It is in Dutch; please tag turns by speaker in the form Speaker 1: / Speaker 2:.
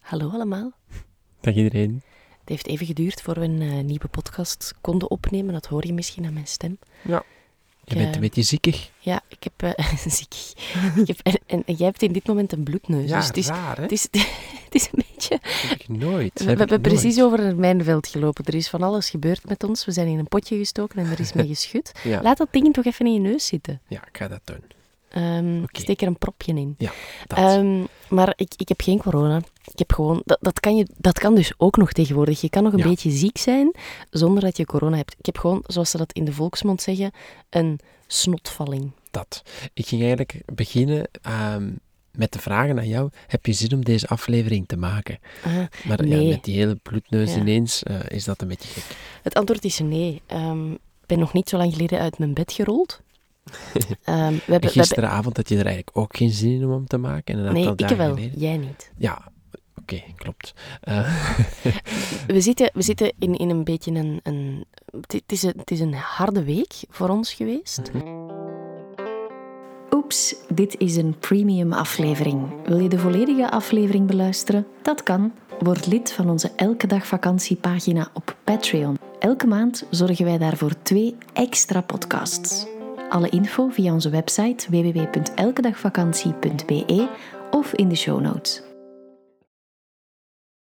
Speaker 1: Hallo allemaal.
Speaker 2: Dag iedereen.
Speaker 1: Het heeft even geduurd voor we een eh, nieuwe podcast konden opnemen. Dat hoor je misschien aan mijn stem.
Speaker 2: Je
Speaker 1: Ik,
Speaker 2: bent
Speaker 1: eh,
Speaker 2: een beetje ziekig.
Speaker 1: Ja, ik heb... eh, ziek. ik heb en, en- en jij hebt in dit moment een bloedneus. dus het is,
Speaker 2: raar, hè?
Speaker 1: het, is, het is een beetje...
Speaker 2: heb ik nooit.
Speaker 1: we hebben precies over het mijnveld gelopen. Er is van alles gebeurd met ons. We zijn in een potje gestoken en er is mee geschud.
Speaker 2: Ja.
Speaker 1: Laat dat ding toch even in je neus zitten.
Speaker 2: Ja, ik ga dat doen.
Speaker 1: Ehm,
Speaker 2: Oké.
Speaker 1: Steek er een propje in.
Speaker 2: Ja, dat.
Speaker 1: Ehm, maar ik, ik heb geen corona. Ik heb gewoon, dat, dat, kan je, dat kan dus ook nog tegenwoordig. Je kan nog een
Speaker 2: Ja.
Speaker 1: beetje ziek zijn zonder dat je corona hebt. Ik heb gewoon, zoals ze dat in de volksmond zeggen, een snotvalling.
Speaker 2: dat. Ik ging eigenlijk beginnen ehm, met de vragen aan jou. Heb je zin om deze aflevering te maken?
Speaker 1: Ah,
Speaker 2: Maar
Speaker 1: nee.
Speaker 2: ja, met die hele bloedneus
Speaker 1: Ja.
Speaker 2: ineens eh, is dat een beetje gek.
Speaker 1: het antwoord is nee. Ehm, ik ben nog niet zo lang geleden uit mijn bed gerold. Ehm, we
Speaker 2: En
Speaker 1: hebben, we hebben-
Speaker 2: gisteravond had je er eigenlijk ook geen zin in om hem te maken. En een aantal
Speaker 1: nee, ik
Speaker 2: dagen
Speaker 1: wel,
Speaker 2: geleden.
Speaker 1: jij niet.
Speaker 2: Ja, oké, klopt. Eh,
Speaker 1: We zitten, we zitten in, in een beetje een... een het, het is een het is een harde week voor ons geweest. Oeps, dit is een premium aflevering. Wil je de volledige aflevering beluisteren? Dat kan. Word lid van onze Elke Dag Vakantiepagina op Patreon. Elke maand zorgen wij daarvoor twee extra podcasts. Alle info via onze website www.elkedagvakantie.be of in de show notes.